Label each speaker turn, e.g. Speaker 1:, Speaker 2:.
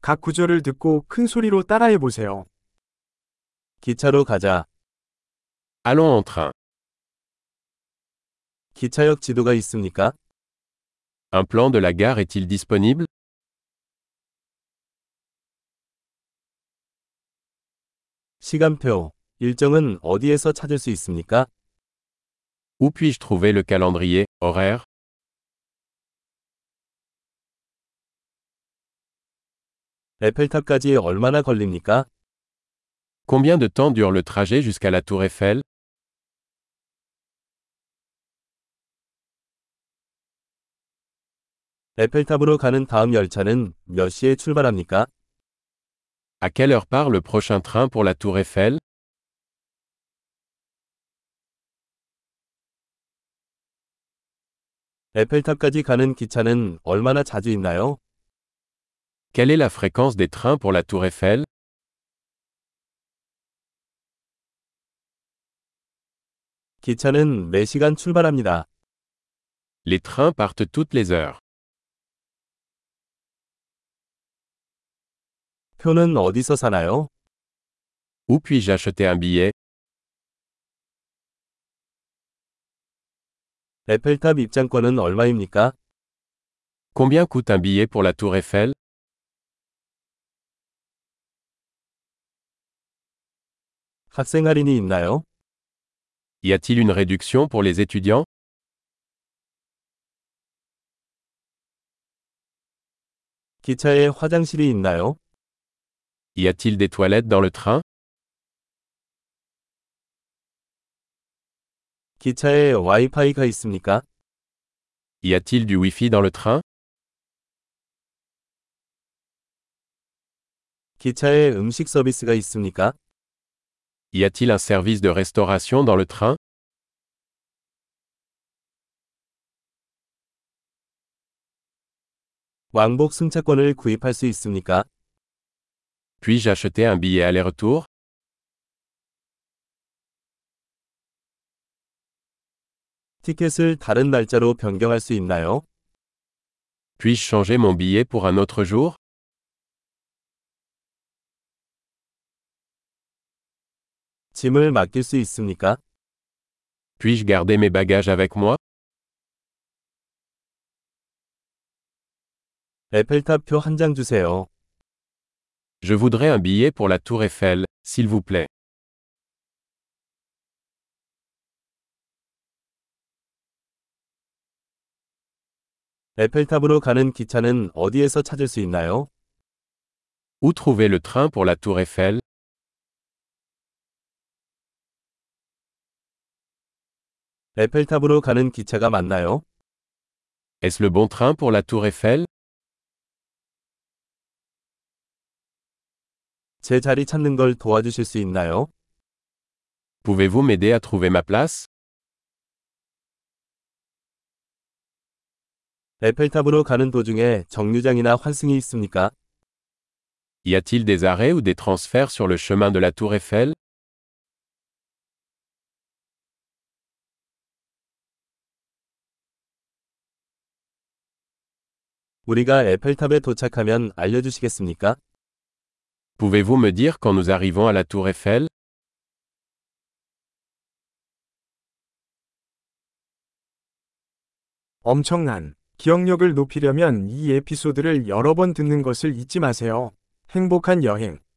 Speaker 1: 각 구절을 듣고 큰 소리로 따라해 보세요.
Speaker 2: 기차로 가자.
Speaker 3: Allons en train.
Speaker 2: 기차역 지도가 있습니까?
Speaker 3: Un plan de la gare est-il disponible
Speaker 2: 시간표, 일정은 어디에서 찾을 수 있습니까?
Speaker 3: Où puis-je trouver le calendrier, horaire
Speaker 2: 에펠탑까지 얼마나 걸립니까?
Speaker 3: Combien de temps dure le trajet jusqu'à la tour Eiffel
Speaker 2: 에펠탑으로 가는 다음 열차는 몇 시에 출발합니까?
Speaker 3: À quelle heure part le prochain train pour la tour Eiffel
Speaker 2: 에펠탑까지 가는 기차는 얼마나 자주 있나요?
Speaker 3: Quelle est la fréquence des trains pour la tour Eiffel
Speaker 2: 기차는 매시간 출발합니다.
Speaker 3: Les trains partent toutes les heures.
Speaker 2: 표는 어디서 사나요?
Speaker 3: Où puis-je acheter un billet
Speaker 2: 에펠탑 입장권은 얼마입니까?
Speaker 3: Combien coûte un billet pour la tour Eiffel
Speaker 2: 학생 할인이 있나요?
Speaker 3: Y a-t-il une réduction pour les étudiants
Speaker 2: 기차에 화장실이 있나요?
Speaker 3: Y a-t-il des toilettes dans le train
Speaker 2: 기차에 와이파이가 있습니까?
Speaker 3: Y a-t-il du Wi-Fi dans le train
Speaker 2: 기차에 음식 서비스가 있습니까?
Speaker 3: Y a-t-il un service de restauration dans le train
Speaker 2: 왕복 승차권을 구입할 수 있습니까?
Speaker 3: Puis-je acheter un billet aller-retour
Speaker 2: 티켓을 다른 날짜로 변경할 수 있나요?
Speaker 3: Puis-je changer mon billet pour un autre jour
Speaker 2: 짐을 맡길 수 있습니까?
Speaker 3: Puis-je garder mes bagages avec moi
Speaker 2: 에펠탑 표 한 장 주세요.
Speaker 3: Je voudrais un billet pour la tour Eiffel, s'il vous plaît.
Speaker 2: 에펠탑으로 가는 기차는 어디에서 찾을 수 있나요?
Speaker 3: Où trouver le train pour la tour Eiffel
Speaker 2: 에펠탑으로 가는 기차가 맞나요?
Speaker 3: Est-ce le bon train pour la tour Eiffel
Speaker 2: 제 자리 찾는 걸 도와주실 수 있나요?
Speaker 3: Pouvez-vous m'aider à trouver ma place
Speaker 2: 에펠탑으로 가는 도중에 정류장이나 환승이 있습니까?
Speaker 3: Y a-t-il des arrêts ou des transferts sur le chemin de la tour Eiffel
Speaker 2: 우리가 에펠탑에 도착하면 알려주시겠습니까?
Speaker 3: Pouvez-vous me dire quand nous arrivons à la tour Eiffel
Speaker 1: 엄청난 기억력을 높이려면 이 에피소드를 여러 번 듣는 것을 잊지 마세요. 행복한 여행.